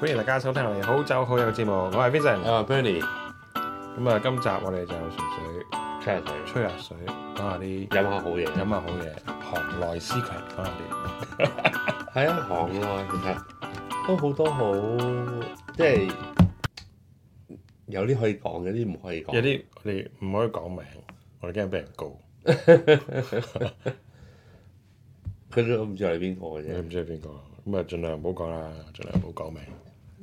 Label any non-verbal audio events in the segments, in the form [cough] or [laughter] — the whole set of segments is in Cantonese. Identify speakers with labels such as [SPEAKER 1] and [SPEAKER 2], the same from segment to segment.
[SPEAKER 1] 歡迎大家收聽我哋好酒好友節目，我係 Vincent。
[SPEAKER 2] 啊，Bernie
[SPEAKER 1] 咁啊，今集我哋就純粹
[SPEAKER 2] 出嚟睇，
[SPEAKER 1] 吹下水，講下啲
[SPEAKER 2] 飲下好嘢。
[SPEAKER 1] 飲下好嘢，行內思強，講下啲
[SPEAKER 2] 係啊，行內其實都好多好，即係有啲可以講，有啲唔可以
[SPEAKER 1] 有
[SPEAKER 2] 講。
[SPEAKER 1] 啲我哋唔可以講名，我哋驚俾人告，
[SPEAKER 2] 佢都唔知係邊個嘅
[SPEAKER 1] 你
[SPEAKER 2] 啫。
[SPEAKER 1] 唔知係邊個。咁啊，盡量唔好講啦，盡量唔好講名。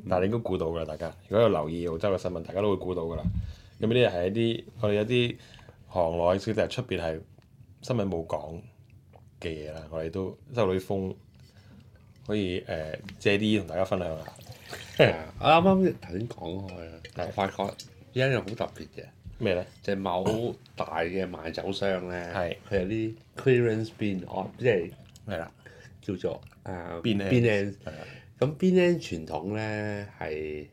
[SPEAKER 1] 但係你應該估到㗎啦，大家如果有留意澳洲嘅新聞，大家都會估到㗎啦。咁呢啲係一啲我哋有啲行內小弟出邊係新聞冇講嘅嘢啦，我哋都收到啲風，可以誒、呃借啲同大家分享下。
[SPEAKER 2] [laughs] 我啱啱頭先講開啊，
[SPEAKER 1] 係
[SPEAKER 2] 我發覺有一樣好特別嘅，
[SPEAKER 1] 咩咧？
[SPEAKER 2] 就係某大嘅賣酒商咧，
[SPEAKER 1] 係
[SPEAKER 2] 佢有啲 clearance bin，我即係
[SPEAKER 1] 係啦，
[SPEAKER 2] 叫做啊
[SPEAKER 1] Bin ends
[SPEAKER 2] bin ends
[SPEAKER 1] 係
[SPEAKER 2] 啊
[SPEAKER 1] 啦。
[SPEAKER 2] 咁 bin end 傳統咧係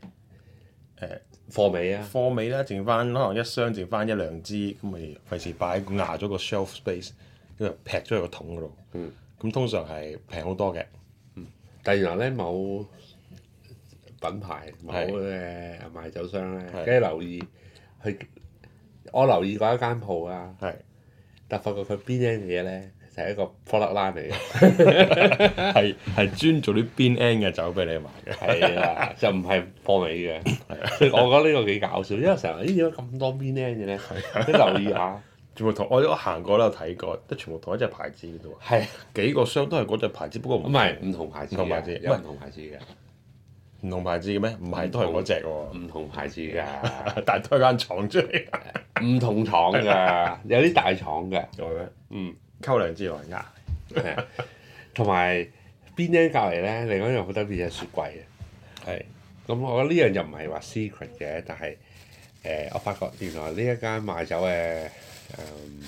[SPEAKER 1] 誒
[SPEAKER 2] 貨尾啊。
[SPEAKER 1] 貨尾啦，剩翻可能一箱剩翻一兩支，咁咪費事擺壓咗個 shelf space，因為劈咗喺個桶嗰度。
[SPEAKER 2] 嗯。
[SPEAKER 1] 咁通常係平好多嘅，
[SPEAKER 2] 但原來咧某 ờ, 品牌某
[SPEAKER 1] 係
[SPEAKER 2] 嘅賣酒商咧，
[SPEAKER 1] 係
[SPEAKER 2] 跟住留意佢，我留意過一間鋪啊，
[SPEAKER 1] 係
[SPEAKER 2] 但發覺佢邊一樣嘢咧，就係一個 product line 嚟嘅，
[SPEAKER 1] 係係專做啲邊 end 嘅酒俾你買嘅。
[SPEAKER 2] 係啦，就唔係貨尾嘅。所以我覺得呢個幾搞笑，因為成日咦點解咁多邊 end 嘅咧？你留意下，
[SPEAKER 1] 全部同我我行過都有睇過，即係全部同一隻牌子嘅啫喎，
[SPEAKER 2] 係
[SPEAKER 1] 幾個箱都係嗰隻牌子，不過
[SPEAKER 2] 唔
[SPEAKER 1] 唔
[SPEAKER 2] 係唔同牌子
[SPEAKER 1] 唔同牌子
[SPEAKER 2] 嘅？有唔同牌子嘅，
[SPEAKER 1] 唔同牌子嘅咩？唔係都係嗰隻喎，
[SPEAKER 2] 唔同牌子㗎，
[SPEAKER 1] [laughs] 但係都係間廠出嚟。
[SPEAKER 2] 唔同廠㗎，有啲大廠㗎。
[SPEAKER 1] 仲有咩？
[SPEAKER 2] 嗯。
[SPEAKER 1] 溝兩支來壓，
[SPEAKER 2] 係啊同埋邊間隔離咧，另外一樣好特別嘅雪櫃嘅。
[SPEAKER 1] 係
[SPEAKER 2] 咁我覺得呢樣又唔係話 secret 嘅，但係誒、呃我發覺原來呢一間賣酒嘅誒、嗯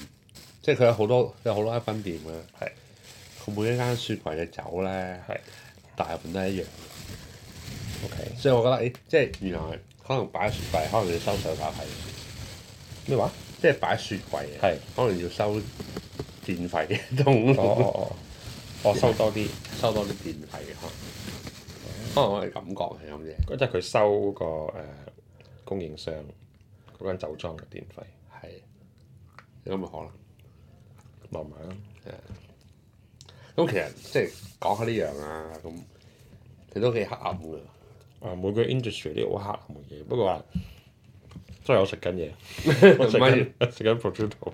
[SPEAKER 2] 即係佢有好多有好多間分店啦。
[SPEAKER 1] 係
[SPEAKER 2] 佢每一間雪櫃嘅酒咧，
[SPEAKER 1] 係
[SPEAKER 2] 大部分都係一樣，
[SPEAKER 1] OK
[SPEAKER 2] 所以我覺得誒、咦即係原來可能擺雪櫃，可能要收手打費，
[SPEAKER 1] 咩話？
[SPEAKER 2] 即係擺雪櫃嘅，
[SPEAKER 1] 係
[SPEAKER 2] 可能要收電費 [laughs] 同。
[SPEAKER 1] 哦哦哦，我收多啲。
[SPEAKER 2] 收多啲電費嘅可能，可能我哋感覺係咁啫。
[SPEAKER 1] 嗰陣佢收嗰個誒供應商嗰間酒莊嘅電費，
[SPEAKER 2] 係，有咁嘅可
[SPEAKER 1] 落埋啦。
[SPEAKER 2] 能。咁其實即係講下呢樣啊，咁佢都幾黑暗㗎。
[SPEAKER 1] 啊，每個 industry 都有好黑暗嘅嘢，不過話，真係我食緊
[SPEAKER 2] [laughs]
[SPEAKER 1] 嘢，我食
[SPEAKER 2] 唔係
[SPEAKER 1] 緊食緊 prosciutto。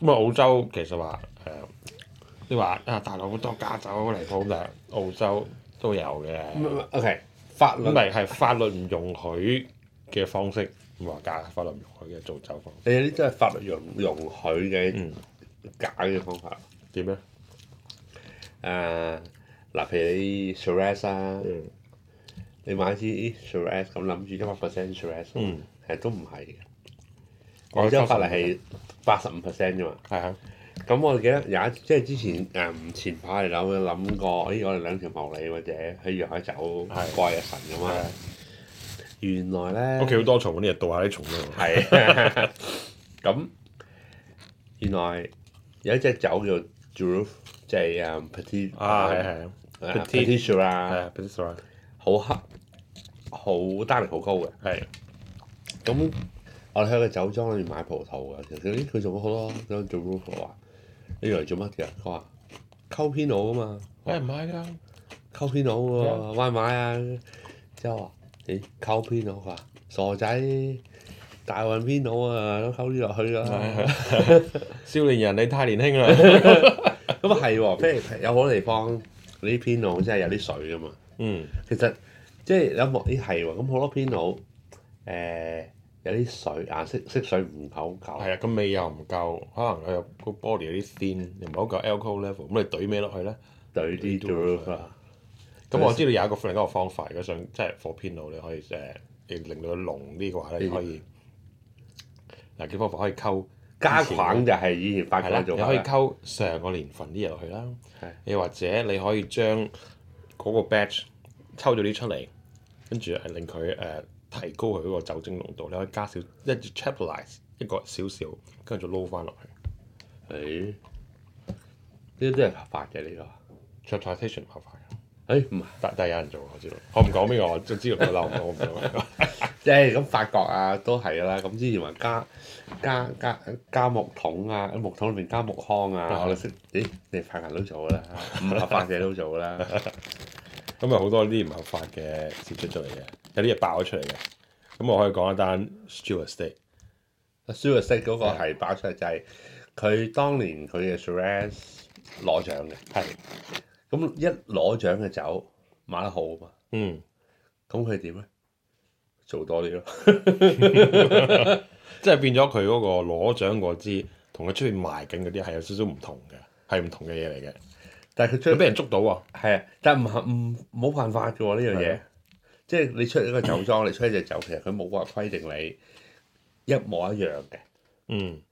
[SPEAKER 1] 咁啊，澳洲其實話誒、你話啊，大陸好多假酒好離譜，但係澳洲都有嘅。
[SPEAKER 2] OK，法律
[SPEAKER 1] 咁咪係法律唔容許嘅方式，唔話假法律唔容許嘅做酒方式
[SPEAKER 2] 你有啲真係法律容容許嘅
[SPEAKER 1] 嗯
[SPEAKER 2] 假嘅方法。
[SPEAKER 1] 點咧？
[SPEAKER 2] 誒，嗱，譬如你 Shiraz 啊，
[SPEAKER 1] 嗯
[SPEAKER 2] 你買支 Shiraz 咁諗住一百 percent Shiraz，
[SPEAKER 1] 嗯，
[SPEAKER 2] 其實都唔係嘅。
[SPEAKER 1] 我
[SPEAKER 2] 澳洲法例係八十五 percent 啫嘛。
[SPEAKER 1] 係啊，
[SPEAKER 2] 咁我記得有一即係之前誒、嗯前排嚟諗諗過，咦我哋兩條茂利或者去陽海酒
[SPEAKER 1] 係
[SPEAKER 2] 過日神咁
[SPEAKER 1] 係啊
[SPEAKER 2] 啊，原來咧
[SPEAKER 1] 屋企好多蟲，呢日度下啲蟲咯。
[SPEAKER 2] 係咁原來有一隻酒叫 d r u f 即係誒 Petit
[SPEAKER 1] 啊，係係
[SPEAKER 2] 誒
[SPEAKER 1] Petit
[SPEAKER 2] Petit s h i r a
[SPEAKER 1] 係 b u s i n e
[SPEAKER 2] 好黑好單寧好高嘅。
[SPEAKER 1] 係
[SPEAKER 2] 咁我哋喺個酒莊裏面買葡萄嘅，其實佢佢做咗好多咁 d r u f 話你嚟做乜嘅？佢話溝 p i n o 啊嘛。
[SPEAKER 1] 喂唔係㗎，
[SPEAKER 2] 溝片佬喎，買唔買啊？之後話：咦，溝片佬啊佢話傻仔，大運邊佬啊，都溝啲落去
[SPEAKER 1] 啊
[SPEAKER 2] 啦。
[SPEAKER 1] [laughs] 少年人你太年輕 [laughs] 啦。
[SPEAKER 2] 咁啊係喎，譬如譬如有好多地方你啲片佬真係有啲水噶嘛。
[SPEAKER 1] 嗯，
[SPEAKER 2] 其實即係有望咦係喎，咁好多片佬誒有啲水顏色色水唔夠夠，
[SPEAKER 1] 係啊，個味又唔夠，可能佢有個 body 有啲 thin，又唔係好夠 alcohol level，咁你懟咩落去咧？
[SPEAKER 2] 對啲 d r 啊。
[SPEAKER 1] 咁我知道有一個另一個方法，如果想即係 for pino，你可以誒，你令到佢濃啲嘅話咧，你可以嗱幾方法可以溝
[SPEAKER 2] 加框就係以前法
[SPEAKER 1] 係啦
[SPEAKER 2] 國，
[SPEAKER 1] 你
[SPEAKER 2] 做法
[SPEAKER 1] 可以
[SPEAKER 2] 啦，
[SPEAKER 1] 溝上個年份啲嘢落去啦
[SPEAKER 2] 係。
[SPEAKER 1] 又或者你可以將嗰個 batch 抽咗啲出嚟，跟住係令佢誒、呃提高佢嗰個酒精濃度。你可以加少一 chapelize 一個少少，跟住再撈翻落去。
[SPEAKER 2] 誒呢啲都係合法嘅呢個。啊
[SPEAKER 1] chapelization 麻煩嘅，
[SPEAKER 2] 誒唔係，
[SPEAKER 1] 但但係有人做，我知道。我唔講邊個，我知道佢嬲我，我唔講。
[SPEAKER 2] 即係咁法國啊都係啦。咁之前話加加加加木桶啊，木桶裏面加木糠啊，
[SPEAKER 1] 啊
[SPEAKER 2] 我哋識咦，你法人都做㗎啦，唔合法者都做㗎
[SPEAKER 1] [laughs]
[SPEAKER 2] 啦。
[SPEAKER 1] 咁咪好多呢啲唔合法嘅事出咗嚟嘅，有啲嘢爆咗出嚟嘅。咁我可以講一單 Stewart State，
[SPEAKER 2] Stewart 啊識嗰個係爆出嚟就係佢當年佢嘅 Shiraz 攞獎嘅，
[SPEAKER 1] 係
[SPEAKER 2] 咁一攞獎嘅酒賣得好啊嘛，
[SPEAKER 1] 嗯，
[SPEAKER 2] 咁佢點咧？做多啲咯，
[SPEAKER 1] 即係變咗佢嗰個攞獎嗰支同佢出去賣緊嗰啲係有少少唔同嘅，係唔同嘅嘢嚟嘅。
[SPEAKER 2] 但係佢出
[SPEAKER 1] 佢俾人捉到喎，
[SPEAKER 2] 係啊，但唔合唔冇辦法嘅喎呢樣
[SPEAKER 1] 係
[SPEAKER 2] 嘢
[SPEAKER 1] 啊，
[SPEAKER 2] 即係你出一個酒莊，你出一隻酒，其實佢冇話規定你一模一樣嘅，
[SPEAKER 1] 嗯，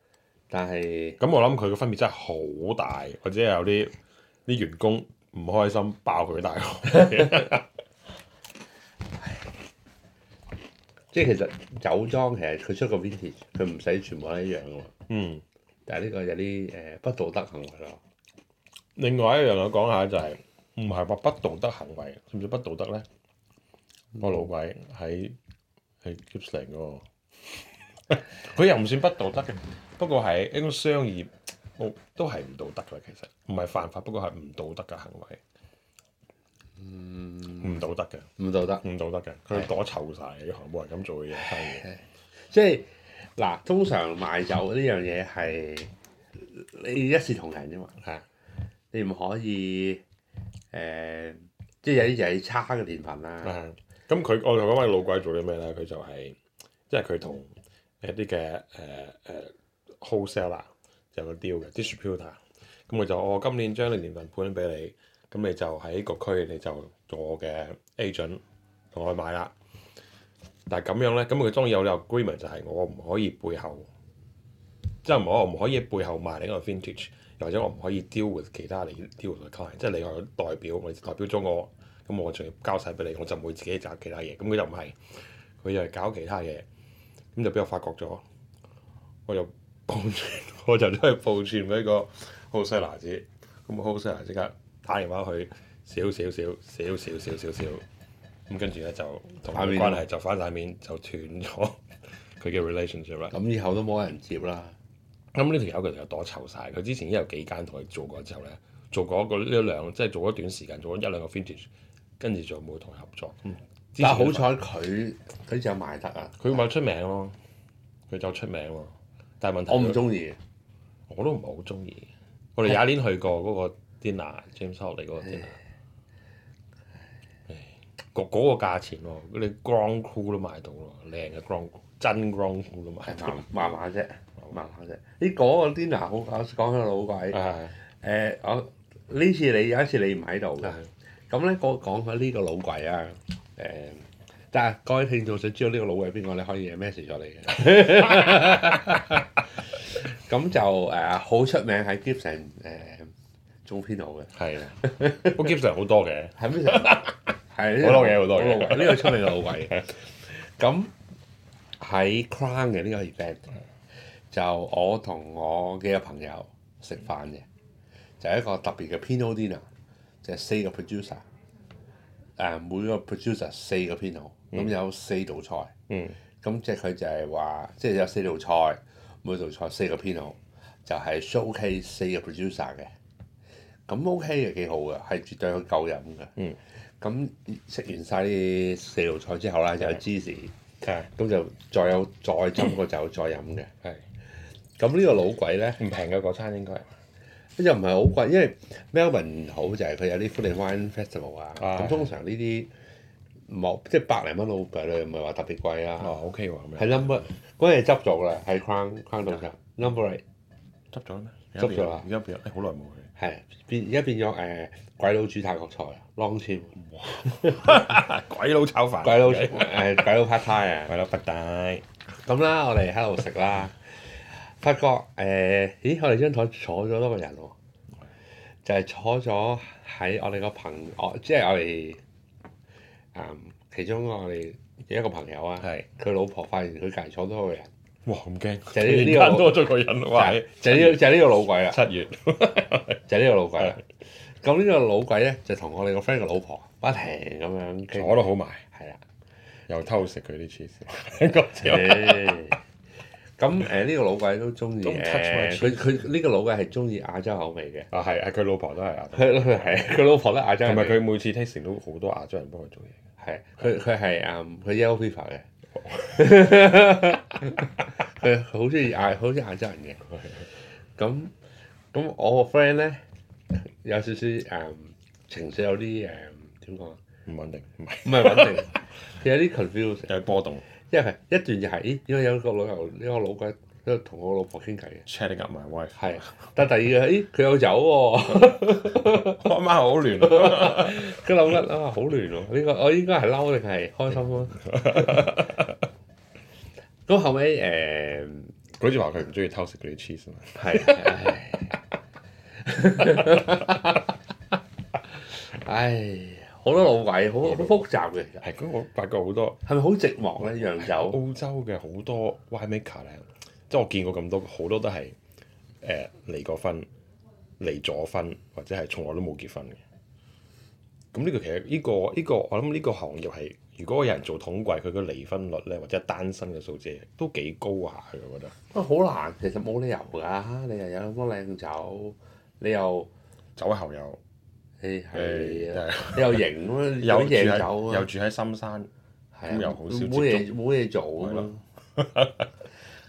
[SPEAKER 2] 但係
[SPEAKER 1] 咁我諗佢嘅分別真係好大，或者有啲啲員工唔開心爆佢大鑊。
[SPEAKER 2] 即係其實酒莊其實佢出個 vintage，佢唔使全部一樣嘅喎，
[SPEAKER 1] 嗯，
[SPEAKER 2] 但係呢個有啲誒、不道德行為咯，
[SPEAKER 1] 另外一樣我講下就係唔係話不道德行為，算唔算不道德咧？我老鬼喺喺 Gippsland 嗰個， [laughs] 佢又唔算不道德嘅，不過係一種商業，我都係唔道德嘅。其實唔係犯法，不過係唔道德嘅行為。唔道德嘅，
[SPEAKER 2] 唔道德。
[SPEAKER 1] 唔道德嘅，佢躲臭晒嘅行，冇人咁做嘅嘢生意。
[SPEAKER 2] 即係嗱，通常賣酒呢樣嘢係你一視同仁啫嘛，
[SPEAKER 1] 係
[SPEAKER 2] 你唔可以誒、即係有啲嘢差嘅年份啦，
[SPEAKER 1] 啊咁佢我同講翻老鬼做啲咩咧？佢就係、即係佢同一啲嘅誒誒 wholesale 啦，有個 deal 嘅 distributor。咁佢就我今年將你年份盤俾你，咁你就喺個區你就做我嘅 agent 同我去買啦。但係咁樣咧，咁佢當然有個 agreement 就係我唔可以背後，即係唔可我唔可以背後賣你一個 vintage，又或者我唔可以 deal with 其他你 deal with 嘅 client，即係你係代表，我代表咗我，咁我仲要交晒俾你，我就唔會自己搞其他嘢。咁佢就唔係，佢又係搞其他嘢，咁就俾我發覺咗，我就報串，我就都去報串俾個 h o s e l e r 知，咁 h o s e l e r 即刻打電話去少少少少少少少少，咁跟住咧就同
[SPEAKER 2] 反
[SPEAKER 1] 佢
[SPEAKER 2] 面
[SPEAKER 1] 關係就翻晒面，就斷咗佢嘅 relationship 啦。
[SPEAKER 2] 咁以後都冇人接啦。
[SPEAKER 1] 咁呢條友佢就躲臭晒，佢之前已經有幾間同佢做過之後咧，做過一個呢一兩，即係做咗短時間，做咗一兩個 vintage，跟住就冇同佢合作。之前
[SPEAKER 2] 嗯
[SPEAKER 1] 啊
[SPEAKER 2] 但係好彩佢佢就賣得啊，
[SPEAKER 1] 佢咪出名咯，佢就出名咯。但係問題
[SPEAKER 2] 我唔
[SPEAKER 1] 佢
[SPEAKER 2] 中意，
[SPEAKER 1] 我都唔係好中意。我哋有一年去過嗰個 dinner James Holley 嗰個 dinner，唉嗰嗰個價錢喎，你 Grand Cru 都買到咯，靚嘅 Grand Cru，真 Grand Cru 都買
[SPEAKER 2] 係
[SPEAKER 1] 到。
[SPEAKER 2] 麻麻麻啫，麻麻啫。呢嗰個 dinner 好，我講起老鬼誒、
[SPEAKER 1] 係
[SPEAKER 2] 我呢次你有一次你唔喺度嘅。
[SPEAKER 1] 係啊
[SPEAKER 2] 咁咧，我講下呢個老鬼啊，誒、但係各位聽眾想知道呢個老鬼係邊個咧，可以 message 咗你嘅。
[SPEAKER 1] [laughs]
[SPEAKER 2] [laughs] 咁就誒好、出名喺 Gibson 誒、中編號嘅，
[SPEAKER 1] 係啊，我 Gibson 好多嘅，
[SPEAKER 2] 喺 Gibson 係呢
[SPEAKER 1] 好
[SPEAKER 2] 個
[SPEAKER 1] 多嘢好多嘢
[SPEAKER 2] 老鬼呢個出名嘅老鬼。咁喺 Crown 嘅呢個 event，就我同我幾個朋友食飯嘅，就係一個特別嘅 Pinot Dinner，就係四個 producer，誒、每個 producer 四個 Pinot，咁有四道菜，
[SPEAKER 1] 嗯
[SPEAKER 2] 咁即係佢就係話，即係有四道菜，每道菜四個 Pinot，就係 showcase 四個 producer 嘅，咁 OK 嘅幾好嘅，係絕對夠飲嘅。
[SPEAKER 1] 嗯
[SPEAKER 2] 咁食完晒呢四道菜之後啦，就有芝士。
[SPEAKER 1] 係
[SPEAKER 2] 咁就再有再斟個酒再飲嘅。
[SPEAKER 1] 係
[SPEAKER 2] 咁呢個老鬼咧，
[SPEAKER 1] 唔平嘅嗰餐應該係
[SPEAKER 2] 又唔係好貴，因為 Melbourne 好就係佢有啲 Food and Wine Festival 啊。
[SPEAKER 1] 啊
[SPEAKER 2] 咁通常呢啲冇即係百零蚊老鬼咧，唔係話特別貴啊。
[SPEAKER 1] 哦 OK 喎咁
[SPEAKER 2] 係
[SPEAKER 1] 樣，
[SPEAKER 2] number 嗰陣執咗啦，喺 Crown Crown 度㗎 number eight
[SPEAKER 1] 執咗啦咩？
[SPEAKER 2] 執咗啦
[SPEAKER 1] 而家變咗，誒啊哎好耐冇去。
[SPEAKER 2] 係變而家變咗誒、呃鬼佬煮泰國菜啊，long c h i n
[SPEAKER 1] 啊鬼佬炒飯，
[SPEAKER 2] 鬼佬誒、鬼佬 pad thai 啊。
[SPEAKER 1] 鬼佬不帶，
[SPEAKER 2] 咁啦，我哋喺度食啦，發覺誒、咦，我哋張台坐咗多個人喎、就係、坐咗喺我哋個朋我即係我哋嗯其中一個我哋一個朋友啊，
[SPEAKER 1] 係
[SPEAKER 2] 佢老婆發現佢隔離坐多個人，
[SPEAKER 1] 哇咁驚，突
[SPEAKER 2] 就
[SPEAKER 1] 然 [laughs]
[SPEAKER 2] 係呢呢個
[SPEAKER 1] 間多咗個人，哇！
[SPEAKER 2] 啊就係呢個就係呢個老鬼啦，
[SPEAKER 1] 七月
[SPEAKER 2] 就係呢個老鬼啦。啊咁呢個老鬼咧就同我哋個 friend 嘅老婆不停咁樣傾，
[SPEAKER 1] 坐得好埋，
[SPEAKER 2] 係啦。
[SPEAKER 1] 又偷食佢啲 [laughs] cheese，啊
[SPEAKER 2] [laughs] 咁誒呢個老鬼都中意
[SPEAKER 1] Don't touch
[SPEAKER 2] 誒，
[SPEAKER 1] my
[SPEAKER 2] 佢佢呢個老鬼係中意亞洲口味嘅。
[SPEAKER 1] 啊係係佢老婆都係亞洲，
[SPEAKER 2] 佢佢係佢老婆都亞
[SPEAKER 1] 同
[SPEAKER 2] 洲人
[SPEAKER 1] 埋
[SPEAKER 2] 嚟嘅，
[SPEAKER 1] 佢每次 tasting 都好多亞洲人幫佢做嘢。
[SPEAKER 2] 係佢佢係誒佢 yellow fever
[SPEAKER 1] [laughs]
[SPEAKER 2] 嘅，佢佢好中意亞好中意亞洲人嘅。咁咁我個 friend 咧有少少誒情緒有啲誒點講啊，
[SPEAKER 1] 唔穩定，唔係
[SPEAKER 2] 唔係穩定，佢有啲 confuse。
[SPEAKER 1] [laughs] 有波動
[SPEAKER 2] 因為一段就係、咦，因為有個老友呢個老鬼喺度同我老婆傾偈嘅，
[SPEAKER 1] ，chatting up my [laughs] wife，
[SPEAKER 2] 係。但第二個，咦，佢有酒喎、
[SPEAKER 1] 我阿媽好亂，
[SPEAKER 2] 佢諗緊啊，好亂喎、呢、個我應該係嬲定係開心咯、咁後尾誒
[SPEAKER 1] 佢好似話佢唔中意偷食佢啲 cheese 啊嘛，
[SPEAKER 2] 係，唉唉，好多老鬼，好好複雜嘅，其實
[SPEAKER 1] 係咁我發覺好多
[SPEAKER 2] 係咪好寂寞咧？洋
[SPEAKER 1] 澳
[SPEAKER 2] 酒
[SPEAKER 1] 洲嘅好多 winemaker 咧，即係我見過咁多好多都係誒離過婚、離咗婚或者係從來都冇結婚嘅。咁呢個其實呢、個呢、個我諗呢個行業係，如果有人做統計，佢嘅離婚率咧或者單身嘅數字都幾高下嘅，我覺得
[SPEAKER 2] 啊，好難，其實冇理由㗎，你又有咁多靚酒，你又
[SPEAKER 1] 酒後又
[SPEAKER 2] 誒係
[SPEAKER 1] 誒
[SPEAKER 2] 啊
[SPEAKER 1] 真。係
[SPEAKER 2] 你又型咁樣，
[SPEAKER 1] 又
[SPEAKER 2] 有
[SPEAKER 1] 住
[SPEAKER 2] 夜
[SPEAKER 1] 喺
[SPEAKER 2] 酒
[SPEAKER 1] 又
[SPEAKER 2] 啊，
[SPEAKER 1] 住喺深山，
[SPEAKER 2] 係啊
[SPEAKER 1] 咁又好少接觸
[SPEAKER 2] 冇嘢冇嘢做咁
[SPEAKER 1] 係
[SPEAKER 2] 咯
[SPEAKER 1] 咯。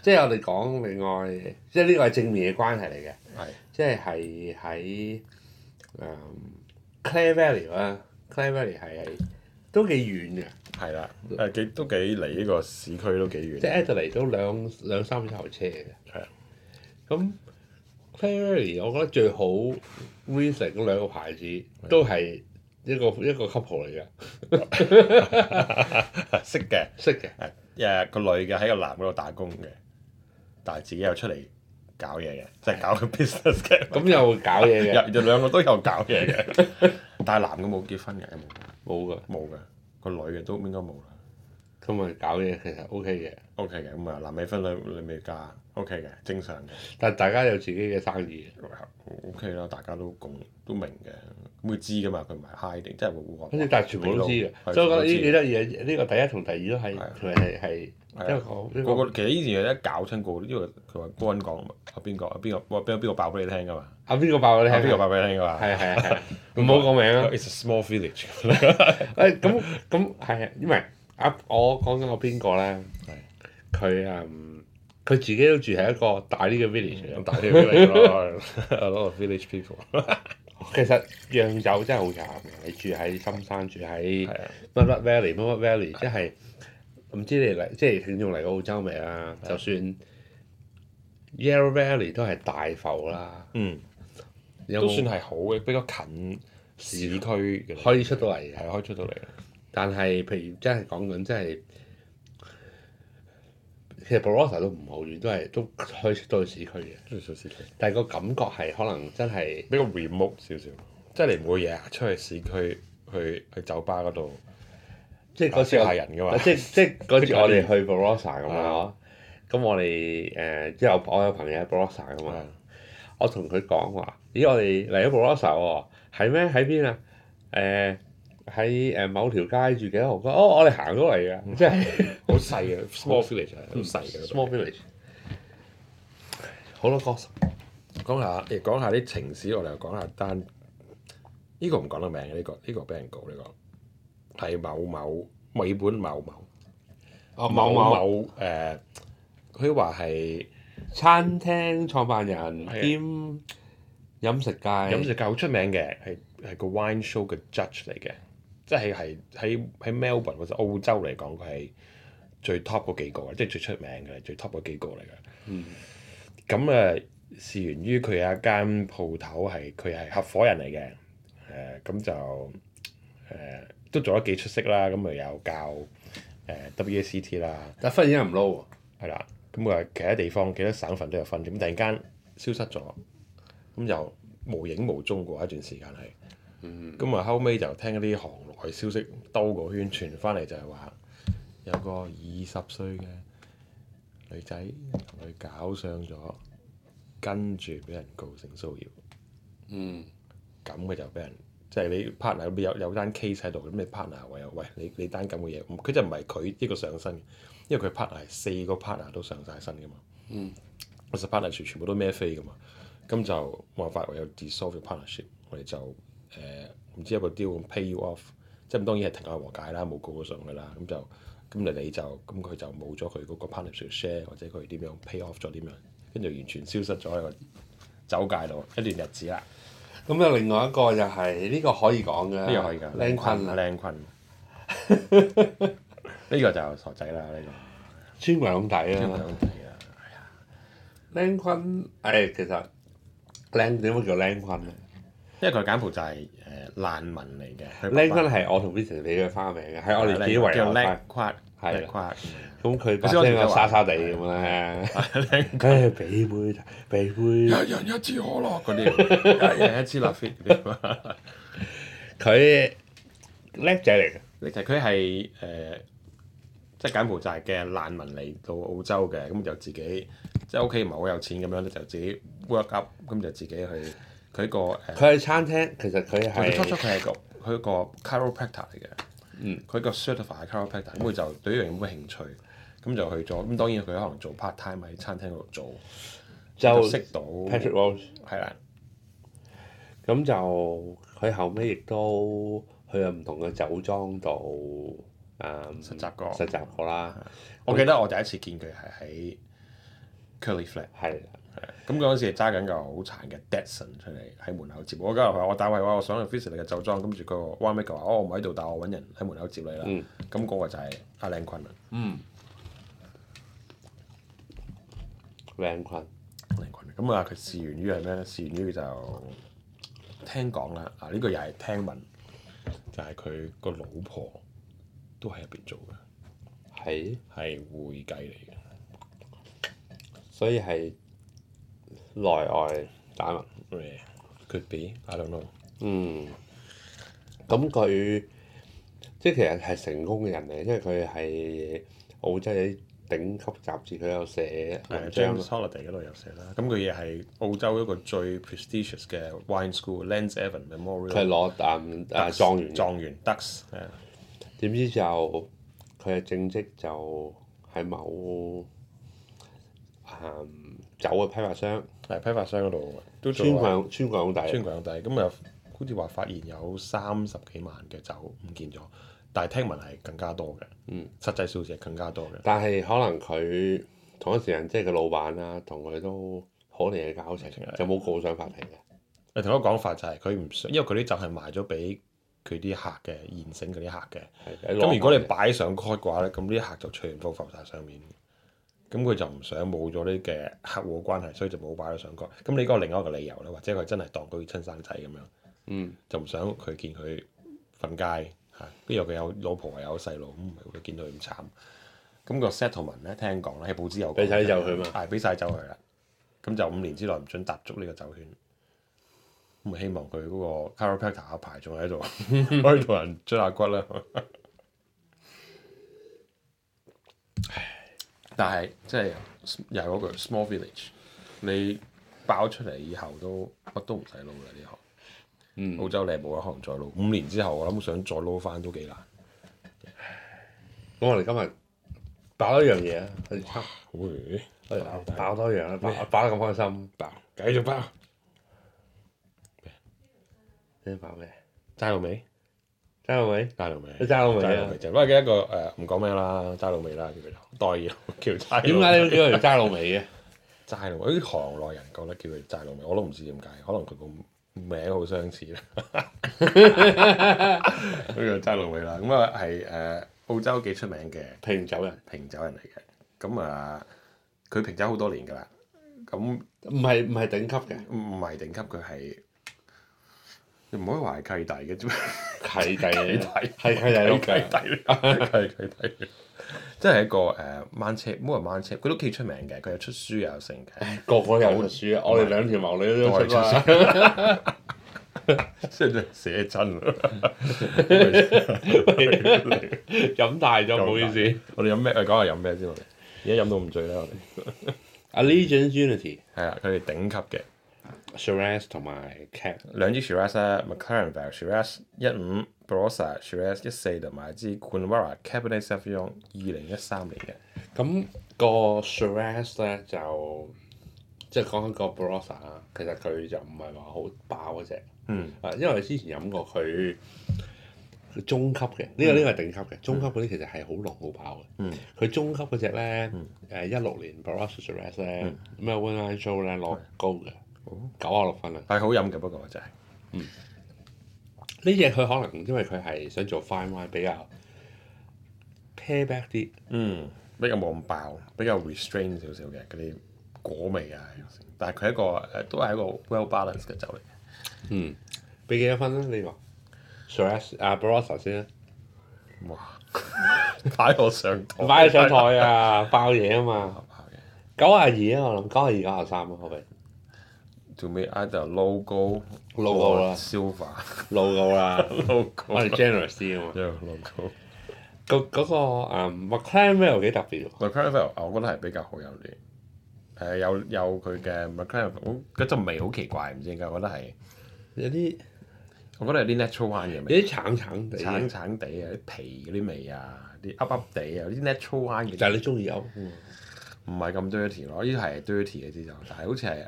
[SPEAKER 2] [laughs] 即係我哋講另外，即係呢個係正面嘅關係嚟嘅，
[SPEAKER 1] 係
[SPEAKER 2] 即係係喺誒 Clare Valley 啦，Clare Valley 係係都幾遠嘅，
[SPEAKER 1] 係啦，誒幾都幾離呢個市區都幾遠。
[SPEAKER 2] 即係 Adelaide 都兩兩三個鐘頭車嘅。
[SPEAKER 1] 係啊
[SPEAKER 2] 咁 Clare Valley 我覺得最好 Riesling 嗰兩個牌子都係一個一個 couple 嚟嘅，
[SPEAKER 1] 識嘅，
[SPEAKER 2] 識嘅。
[SPEAKER 1] 誒誒個女嘅喺個男嗰度打工嘅，但係自己又出嚟搞嘢嘅，即係搞個 business 嘅。
[SPEAKER 2] 咁又會搞
[SPEAKER 1] [laughs]
[SPEAKER 2] 嘢嘅，
[SPEAKER 1] 入就兩個都有搞嘢嘅， [laughs] 但係男嘅冇結婚嘅，有冇
[SPEAKER 2] 冇㗎。
[SPEAKER 1] 冇嘅，個女嘅都應該冇啦。
[SPEAKER 2] 咁咪搞嘢其實 O K 嘅，
[SPEAKER 1] O K 嘅，咁啊男未婚女女未嫁，O K 嘅，正常嘅
[SPEAKER 2] 但係大家有自己嘅生意
[SPEAKER 1] ，O K 啦，大家都共都明嘅，咁佢知㗎嘛，佢唔係 hiding，即係會
[SPEAKER 2] 嘅，跟住但係全部都知嘅，
[SPEAKER 1] 係
[SPEAKER 2] 所以我覺得呢幾
[SPEAKER 1] 全
[SPEAKER 2] 得意嘅，呢個第一同第二都係
[SPEAKER 1] 係啊
[SPEAKER 2] 佢係係
[SPEAKER 1] 係啊
[SPEAKER 2] 一個
[SPEAKER 1] 個
[SPEAKER 2] 呢
[SPEAKER 1] 個其實呢件嘢一搞親個，因為佢話高人講啊邊個啊邊個哇邊個邊個爆俾你聽噶嘛，
[SPEAKER 2] 個啊邊個爆你
[SPEAKER 1] 啊
[SPEAKER 2] 係
[SPEAKER 1] 邊個爆俾你聽噶嘛
[SPEAKER 2] 係係係，
[SPEAKER 1] [laughs]
[SPEAKER 2] 唔好講名啊！
[SPEAKER 1] ，It's a small village
[SPEAKER 2] 誒咁咁係啊，因為啊我講緊我邊個咧，佢嗯佢自己都住喺一個大啲嘅 village
[SPEAKER 1] 咁
[SPEAKER 2] 嘅
[SPEAKER 1] 大啲 village 咯，a [laughs] lot of village people
[SPEAKER 2] 其實釀酒真係好慘嘅，你住喺深山，住喺
[SPEAKER 1] 係啊
[SPEAKER 2] 乜乜 Valley 乜乜 Valley，即係唔知你嚟，即係聽眾嚟過澳洲未啊？就算 Yarra Valley 都係大埠啦，
[SPEAKER 1] 嗯
[SPEAKER 2] 有
[SPEAKER 1] 都算
[SPEAKER 2] 冇
[SPEAKER 1] 係好嘅，比較近市區嘅
[SPEAKER 2] 可以出到嚟嘅？
[SPEAKER 1] 係可以出到嚟嘅，
[SPEAKER 2] 但係譬如真係講緊，真係其實 b o r o s a 都唔好遠，都係都可以出到去市區嘅。
[SPEAKER 1] 都算市區，
[SPEAKER 2] 但係個感覺係可能真係
[SPEAKER 1] 比較 remote 少少，即係你唔會日日出去市區去去酒吧嗰度
[SPEAKER 2] 即係嗰次
[SPEAKER 1] 識
[SPEAKER 2] 我啊
[SPEAKER 1] 下人噶 [laughs]
[SPEAKER 2] [laughs]
[SPEAKER 1] 嘛，
[SPEAKER 2] 即即嗰次
[SPEAKER 1] 即
[SPEAKER 2] 我哋
[SPEAKER 1] 嗰啲
[SPEAKER 2] 去 Barossa 咁啊
[SPEAKER 1] 啊，
[SPEAKER 2] 咁我哋誒即係我我有朋友喺 Barossa 咁嘛
[SPEAKER 1] 啊，
[SPEAKER 2] 我同佢講話，咦我哋嚟咗 Barossa 喎，係咩？喺邊啊？誒喺誒某條街住幾多號街？哦，我哋行咗嚟
[SPEAKER 1] [laughs]
[SPEAKER 2] 㗎，即係
[SPEAKER 1] 好細嘅 small village 係好細嘅。
[SPEAKER 2] small village。好多 g o s
[SPEAKER 1] 講下，亦講下啲情史，我哋又講下單。呢、個唔講得名嘅，呢、個呢、個俾人告呢、個係某某美本某某
[SPEAKER 2] 哦
[SPEAKER 1] 某某誒，佢話係
[SPEAKER 2] 餐廳創辦人
[SPEAKER 1] 係啊
[SPEAKER 2] 兼飲食界，
[SPEAKER 1] 飲食界好出名嘅，係係個 wine show 嘅 judge 嚟嘅，即係係喺喺 Melbourne 或者澳洲嚟講，佢係最 top 嗰幾個嘅，即係最出名嘅，最 top 嗰幾個嚟嘅。
[SPEAKER 2] 嗯
[SPEAKER 1] 咁誒，事源於佢有一間鋪頭係佢係合伙人嚟嘅，誒、呃咁就誒、都做得幾出色啦，咁咪有教呃誒、WACT 啦，
[SPEAKER 2] 但忽然間唔撈喎，
[SPEAKER 1] 係啦，咁啊其他地方其他省份都有分，咁突然間消失咗，咁就無影無蹤過一段時間係，咁啊、後尾就聽嗰啲行內消息兜個圈傳翻嚟就係話有個二十歲嘅女仔同佢搞上咗，跟住俾人告性騷擾。
[SPEAKER 2] 嗯，
[SPEAKER 1] 咁嘅就俾人即係你 partner 有有單 case 喺度，咁你 partner 話喂你你單咁嘅嘢，佢就唔係佢一個上身嘅，因為佢 partner 係四個 partner 都上晒身噶嘛。嗯。實 partner 全全部都孭飛噶嘛，咁就冇辦法唯有 dissolve 嘅 partnership，我哋就誒呃唔、知有個 deal 咁 pay you off，即係當然係庭外和解啦，冇告到上去啦，咁就咁你你就咁佢就冇咗佢嗰個 partnership share 或者佢點樣 pay off 咗點樣，跟住完全消失咗喺個走界度一段日子啦。
[SPEAKER 2] 咁啊，另外一個就係呢個可以講嘅，
[SPEAKER 1] 呢個可以㗎，
[SPEAKER 2] 靚坤啊啦，
[SPEAKER 1] 啊靚坤。 [laughs] 呢個就傻仔啦，呢
[SPEAKER 2] 專為咁
[SPEAKER 1] 個。
[SPEAKER 2] 睇
[SPEAKER 1] 呢個
[SPEAKER 2] 啊。
[SPEAKER 1] 問題啊
[SPEAKER 2] 靚坤，誒、其實靚點解叫靚坤咧？
[SPEAKER 1] 因為佢係柬埔寨誒難民嚟嘅，佢
[SPEAKER 2] 靚
[SPEAKER 1] 爸
[SPEAKER 2] 坤
[SPEAKER 1] 爸
[SPEAKER 2] 係我同 Vincent 俾佢花名嘅，係我哋自己
[SPEAKER 1] 叫
[SPEAKER 2] 圍
[SPEAKER 1] 叻
[SPEAKER 2] 翻。
[SPEAKER 1] 跨，
[SPEAKER 2] 係啦
[SPEAKER 1] 叻跨。
[SPEAKER 2] 咁佢把
[SPEAKER 1] 佢先
[SPEAKER 2] 聲
[SPEAKER 1] 開始
[SPEAKER 2] 又
[SPEAKER 1] 就話
[SPEAKER 2] 沙沙地咁咧，誒俾杯俾杯。
[SPEAKER 1] 一人一支可樂嗰啲，一人一支立 fit 嗰啲。
[SPEAKER 2] 佢叻仔嚟嘅，
[SPEAKER 1] 其實佢係誒，即係柬埔寨嘅難民嚟到澳洲嘅，咁就自己即係屋企唔係好有錢咁樣咧，就自己 work up，咁就自己去佢個呃誒。
[SPEAKER 2] 佢喺餐廳，其實佢
[SPEAKER 1] 佢初初佢
[SPEAKER 2] 係
[SPEAKER 1] 係個佢個 chiropractor 嚟嘅，
[SPEAKER 2] 嗯，
[SPEAKER 1] 佢個 certified chiropractor，咁佢就對呢樣嘢冇乜興趣，咁就去咗。咁當然佢可能做 part time 喺餐廳嗰度做，
[SPEAKER 2] 就
[SPEAKER 1] 識到
[SPEAKER 2] Patrick Rose。
[SPEAKER 1] 係啦，
[SPEAKER 2] 咁就佢後尾亦都去咗唔同嘅酒莊度誒
[SPEAKER 1] 實習過
[SPEAKER 2] 實習過啦，
[SPEAKER 1] 我記得我第一次見佢係喺 Curly Flat，
[SPEAKER 2] 係啦
[SPEAKER 1] 咁嗰陣時係揸緊個好殘嘅 Datsun 出嚟喺門口接我。今日佢話我打位話我想去 Fisher 嘅酒莊，跟住佢話 One Maker 話哦我唔喺度，但我揾人喺門口接你啦。
[SPEAKER 2] 嗯
[SPEAKER 1] 咁嗰個就係阿靚坤啦，
[SPEAKER 2] 嗯，靚坤
[SPEAKER 1] 靚坤。咁啊，佢事源於係咩咧？事源於就聽講啦，啊呢、個又係聽聞，就係佢個老婆都喺入邊做嘅，
[SPEAKER 2] 係，
[SPEAKER 1] 係會計嚟嘅。
[SPEAKER 2] 所以係內外打盟。
[SPEAKER 1] 咩？Could be，I don't know。
[SPEAKER 2] 嗯，咁佢即係其實係成功嘅人嚟，因為佢係澳洲嘅頂級雜誌，佢有寫
[SPEAKER 1] 誒
[SPEAKER 2] 文章
[SPEAKER 1] 啊 James
[SPEAKER 2] 啦。
[SPEAKER 1] Holiday 嗰度有寫啦，咁佢亦係澳洲一個最 prestigious 嘅 wine school Lands Evan
[SPEAKER 2] 佢係
[SPEAKER 1] Memorial
[SPEAKER 2] 攞誒誒
[SPEAKER 1] Ducks，
[SPEAKER 2] 狀
[SPEAKER 1] 啊
[SPEAKER 2] 元嘅，
[SPEAKER 1] 狀元 Ducks 係啊
[SPEAKER 2] 點知就佢嘅正職就喺某誒酒嘅批發商，
[SPEAKER 1] 係批發商嗰度都做
[SPEAKER 2] 川
[SPEAKER 1] 啊
[SPEAKER 2] 廣川廣
[SPEAKER 1] 川
[SPEAKER 2] 底，
[SPEAKER 1] 港底，咁啊好似話發現有三十幾萬嘅酒唔見咗，但係聽聞係更加多嘅，
[SPEAKER 2] 嗯，
[SPEAKER 1] 實際數字係更加多嘅，
[SPEAKER 2] 但係可能佢同一時間即係佢老闆啦，同佢都可憐嘅交情
[SPEAKER 1] 情，係
[SPEAKER 2] 就冇告上法庭嘅。
[SPEAKER 1] 你同我講法就係佢唔想，因為佢啲酒係賣咗俾佢啲客嘅現成嗰啲客嘅。
[SPEAKER 2] 係
[SPEAKER 1] 咁如果你擺上 court 嘅話咧，咁呢一客就全部浮晒上面。咁佢就唔想冇咗呢嘅客户關係，所以就冇擺咗上 court。咁你嗰個另外一個理由啦，或者佢真係當佢親生仔咁樣，
[SPEAKER 2] 嗯
[SPEAKER 1] 就唔想佢見佢瞓街嚇。跟住佢有老婆有細路，咁咪會見到佢咁慘。咁、個 settlement 咧，聽講咧喺報紙有講
[SPEAKER 2] 俾晒啲酒佢嘛
[SPEAKER 1] 係俾晒酒佢啦。咁就五年之內唔准踏足呢個酒圈。咁咪希望佢嗰個 chiropractor 阿排仲
[SPEAKER 2] [laughs]
[SPEAKER 1] 喺度，可以同人捽下骨啦。但係即係又係嗰句 small village，你爆出嚟以後都乜都唔使撈啦呢行。
[SPEAKER 2] 嗯
[SPEAKER 1] 澳洲你係冇可能再撈，五年之後我諗想再撈翻都幾難，
[SPEAKER 2] 咁我哋今日爆多一樣嘢啊，去測
[SPEAKER 1] 會
[SPEAKER 2] 去爆爆多樣啦，啊爆爆得咁開心，爆
[SPEAKER 1] 繼續包。
[SPEAKER 2] 你爆咩？
[SPEAKER 1] 齋到尾，
[SPEAKER 2] 揸到未？
[SPEAKER 1] 齋到尾，
[SPEAKER 2] 你揸到未
[SPEAKER 1] 齋
[SPEAKER 2] 啊
[SPEAKER 1] 到尾就不過記得一個誒唔講咩啦，齋到尾啦叫佢代 [laughs] 叫齋到尾。
[SPEAKER 2] 點解你叫人揸到尾嘅？
[SPEAKER 1] 齋老味？啲行內人覺得叫佢齋老味，我都唔知點解，可能佢個名好相似啦。 [laughs] 呢個齋老味啦，咁啊係誒澳洲幾出名嘅
[SPEAKER 2] 平酒人，
[SPEAKER 1] 平酒人嚟嘅，咁啊佢平酒好多年㗎啦，咁
[SPEAKER 2] 唔係唔係頂級嘅
[SPEAKER 1] 唔係頂級，佢係你唔可以話係契弟嘅啫，
[SPEAKER 2] 契弟嚟
[SPEAKER 1] [laughs] 契
[SPEAKER 2] 嘅，係契弟
[SPEAKER 1] [laughs]
[SPEAKER 2] 碌
[SPEAKER 1] 契
[SPEAKER 2] 嘅，
[SPEAKER 1] 弟係契弟，真係一個誒掹車，冇人掹車，佢都幾出名嘅，佢有出書又有成嘅。
[SPEAKER 2] 個個都有出書啊！我哋兩條毛女都
[SPEAKER 1] 我
[SPEAKER 2] 出
[SPEAKER 1] 哋出
[SPEAKER 2] 啦，
[SPEAKER 1] [laughs] 真係寫 [laughs] 真啊啦！
[SPEAKER 2] [laughs] 飲大咗，唔好意思。
[SPEAKER 1] 我哋飲咩？我哋講下飲咩先。我哋而家飲到唔醉啦，我哋
[SPEAKER 2] Allegiance Unity
[SPEAKER 1] 係啊，佢哋頂級嘅
[SPEAKER 2] Shiraz 同埋 Cat
[SPEAKER 1] 兩支 Shiraz 啦，McLaren Vale Shiraz 一五 Barossa Shiraz 一四同埋一支 Coonawarra Cabernet Sauvignon 二零一三年嘅。
[SPEAKER 2] 咁、個 Shiraz 咧就即係講緊個 Barossa 啦，其實佢就唔係話好爆嗰只，
[SPEAKER 1] 嗯，
[SPEAKER 2] 啊，因為之前飲過佢佢中級嘅，呢、個呢、個係頂級嘅，中級嗰啲其實係好濃好爆嘅。
[SPEAKER 1] 嗯，
[SPEAKER 2] 佢中級嗰只咧，誒一六年 Barossa Shiraz 咧，咩 w i n Line Show 咧攞高嘅，九啊六分啊。
[SPEAKER 1] 係好飲嘅，不過就係、
[SPEAKER 2] 呢嘢佢可能因為佢係想做 fine wine 比較 pair back 啲，
[SPEAKER 1] 嗯，比較冇咁爆，比較 restrain 少少嘅嗰啲果味啊，有時但係佢一個誒都係一個 well balanced 嘅酒嚟嘅。
[SPEAKER 2] 嗯，俾幾多分咧？你話 Shiraz 啊 Barossa 先啦。
[SPEAKER 1] 哇！擺我上台，
[SPEAKER 2] 擺你哦 [laughs] 上台啊，爆嘢啊嘛，
[SPEAKER 1] 嘅。
[SPEAKER 2] 九啊二啊，我諗九啊二九啊三啊，可唔可以
[SPEAKER 1] To me either logo
[SPEAKER 2] Logo 啦
[SPEAKER 1] silver
[SPEAKER 2] 老到啦，
[SPEAKER 1] logo
[SPEAKER 2] [laughs] 我哋 generous 啲啊嘛。
[SPEAKER 1] Yeah, logo。
[SPEAKER 2] 嗰嗰個誒 McLaren Vale 幾特別喎，
[SPEAKER 1] McLaren Vale 我覺得係比較好飲啲，誒、啊有有佢嘅 McLaren Vale 嗰陣味好奇怪，唔知點解，我覺得係
[SPEAKER 2] 有啲
[SPEAKER 1] 我覺得有啲 natural wine 嘅
[SPEAKER 2] 有
[SPEAKER 1] 味，
[SPEAKER 2] 啲橙橙地，
[SPEAKER 1] 橙橙地啊，啲皮嗰啲味啊，啲噏噏地啊，有啲 natural wine 嘅
[SPEAKER 2] 但係你中意飲喎。
[SPEAKER 1] 唔係咁 dirty 咯，呢啲係 dirty 嘅啲就，但係好似係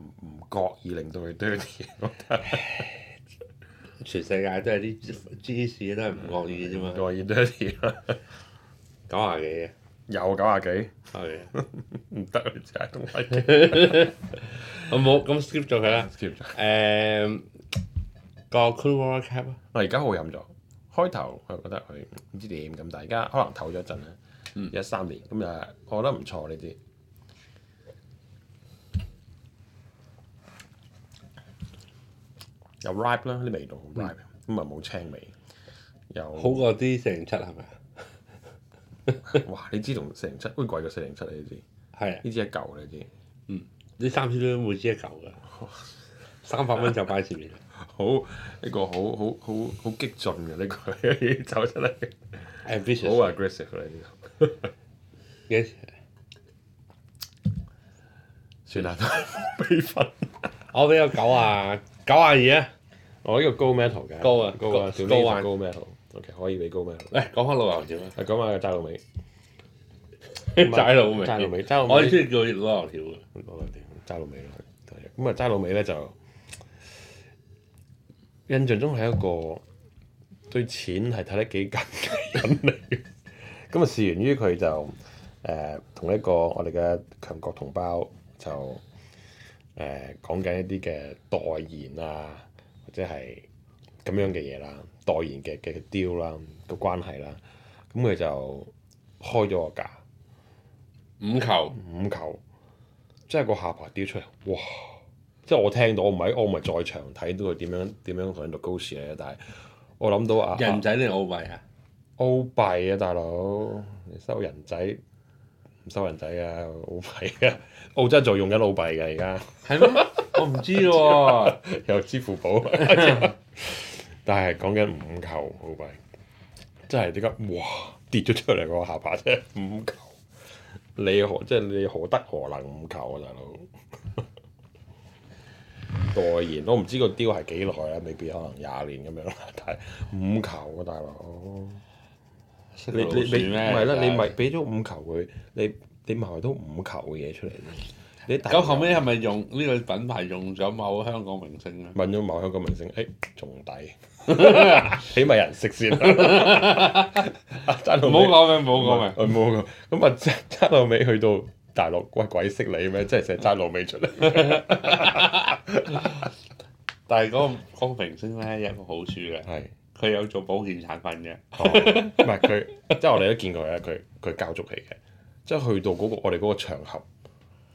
[SPEAKER 1] 唔唔覺意令到佢 dirty，我覺得
[SPEAKER 2] 全世界都係啲芝士都係唔惡意嘅啫嘛，
[SPEAKER 1] 唔覺意 dirty 啦，
[SPEAKER 2] 九啊幾啊，
[SPEAKER 1] 有九啊幾
[SPEAKER 2] 係 [laughs] 啊
[SPEAKER 1] 唔得啊，真係都係
[SPEAKER 2] 我冇咁 skip 咗佢啦。
[SPEAKER 1] skip 咗。
[SPEAKER 2] 誒個 Cool Water Cap 啊，
[SPEAKER 1] 我而家好飲咗，開頭我覺得佢唔知點咁，但係而家可能唞咗一陣啊啦，一三、年咁又我覺得唔錯呢啲。有 ripe 啦，啲味道好 ripe，咁啊冇青味，又
[SPEAKER 2] 好過啲四零七係咪啊？
[SPEAKER 1] 哇！你知同四零七會貴過四零七呢支，
[SPEAKER 2] 係啊，
[SPEAKER 1] 呢支一嚿呢支，
[SPEAKER 2] 啲三千蚊每支一嚿㗎，三百蚊就擺前面啦。
[SPEAKER 1] 好一個好好好好激進嘅呢個 [laughs] 走出嚟，
[SPEAKER 2] ambitious
[SPEAKER 1] 好 aggressive 啊呢啲。
[SPEAKER 2] 嘅，
[SPEAKER 1] 算 [laughs] 啦，未瞓。
[SPEAKER 2] 我俾個九啊九啊二啊！
[SPEAKER 1] 我哦呢個高 metal 嘅，
[SPEAKER 2] 高啊
[SPEAKER 1] 高啊，屌
[SPEAKER 2] 高高
[SPEAKER 1] 呢個
[SPEAKER 2] 啊
[SPEAKER 1] 高 metal，OK 可以俾高 metal。
[SPEAKER 2] [laughs] 喂，講翻老油條 [laughs] 啊，
[SPEAKER 1] 係講下齋老尾，
[SPEAKER 2] 齋老味，
[SPEAKER 1] 齋老尾，齋老
[SPEAKER 2] 我哋
[SPEAKER 1] 尾，
[SPEAKER 2] 中意叫老油條嘅。
[SPEAKER 1] 我哋齋老尾啦。係咁啊，齋老尾咧就印象中係一個對錢係睇得幾緊嘅人嚟嘅。 [laughs] 咁啊，事源於佢就誒、呃同一個我哋嘅強國同胞就誒、呃、講緊一啲嘅代言啊，或者係咁樣嘅嘢啦，代言嘅嘅 deal 啦，個關係啦，咁佢就開咗個價。
[SPEAKER 2] 五球
[SPEAKER 1] 五球，即係個下巴雕出嚟，哇！即係我聽到，我唔係我唔係在場睇到佢點樣點樣同人度高士咧，但係我諗到啊，
[SPEAKER 2] 人
[SPEAKER 1] 啊
[SPEAKER 2] 仔定澳幣啊？
[SPEAKER 1] 澳幣啊，大佬，你收人仔唔收人仔啊，澳幣啊，澳洲仲用緊澳幣嘅而家，
[SPEAKER 2] 係咩？ [laughs] 我唔知喎。
[SPEAKER 1] 有支付
[SPEAKER 2] [laughs]
[SPEAKER 1] 寶，但係講緊五球澳幣，真係點解哇跌咗出嚟個下巴啫， [laughs] 五球，你何即係你何德何能五球啊，大佬？ [laughs] 代言我唔知個雕係幾耐啊啦，未必可能廿年咁樣啦， [laughs] 但係五球啊，大佬，
[SPEAKER 2] 識
[SPEAKER 1] 你
[SPEAKER 2] 老
[SPEAKER 1] 你
[SPEAKER 2] 鼠
[SPEAKER 1] 你唔
[SPEAKER 2] 咩？
[SPEAKER 1] 係啦，你咪
[SPEAKER 2] 咪
[SPEAKER 1] 俾咗五球佢，你你咪都五球嘅嘢出嚟啫。你大
[SPEAKER 2] 咁後尾係咪用呢個品牌用咗某香港明星啊？
[SPEAKER 1] 問咗某香港明星，誒、哎仲抵， [laughs] 起碼有人識先。 [laughs] 爭到
[SPEAKER 2] 唔
[SPEAKER 1] 尾
[SPEAKER 2] 好講名，唔好講
[SPEAKER 1] 唔
[SPEAKER 2] 名。
[SPEAKER 1] 好講咁啊，爭爭到尾去到大陸，喂鬼識你咩？真係成日爭到尾出嚟。
[SPEAKER 2] 但係嗰個嗰個明星咧有一個好處嘅，
[SPEAKER 1] 係，
[SPEAKER 2] 佢有做保健產品嘅。
[SPEAKER 1] 哦唔係佢，即係我哋都見過佢啦。佢佢交足氣嘅，即係去到嗰、個我哋嗰個場合，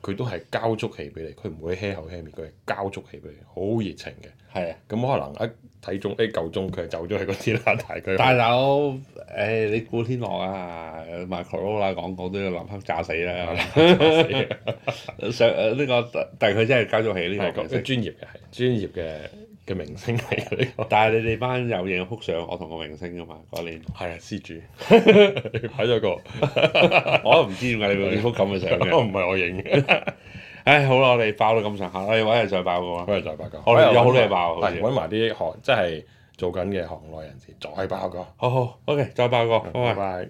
[SPEAKER 1] 佢都係交足氣俾你，佢唔會 hea 口 hea 面，佢係交足氣俾你，好熱情嘅。
[SPEAKER 2] 係啊，
[SPEAKER 1] 咁可能一睇中 A 夠鐘，佢就走咗去嗰啲啦，但係佢
[SPEAKER 2] 大佬，誒你古天樂啊，賣 Corolla 廣告都要立刻炸死啦。上誒呢個，但係佢真係交咗起呢
[SPEAKER 1] 係
[SPEAKER 2] 個
[SPEAKER 1] 咁
[SPEAKER 2] 角色。
[SPEAKER 1] 專業嘅，係專業嘅嘅明星嚟嘅呢
[SPEAKER 2] [laughs]
[SPEAKER 1] 個。
[SPEAKER 2] 但係你哋班有影幅相，我同個明星噶嘛嗰年，
[SPEAKER 1] 係啊，施主 [laughs] 擺咗個， [laughs]
[SPEAKER 2] 我都唔知點解你會影幅咁嘅相嘅。 [laughs]
[SPEAKER 1] 唔係我影嘅。
[SPEAKER 2] 唉，好啦，我哋爆到咁上下，我哋揾日再爆過啦。啊
[SPEAKER 1] 可以再爆個。
[SPEAKER 2] 我哋有好多嘢爆好
[SPEAKER 1] 係
[SPEAKER 2] 似
[SPEAKER 1] 揾埋啲行即係做緊嘅行內人士再爆個。
[SPEAKER 2] 好好，OK，再爆過，拜拜
[SPEAKER 1] 拜。拜。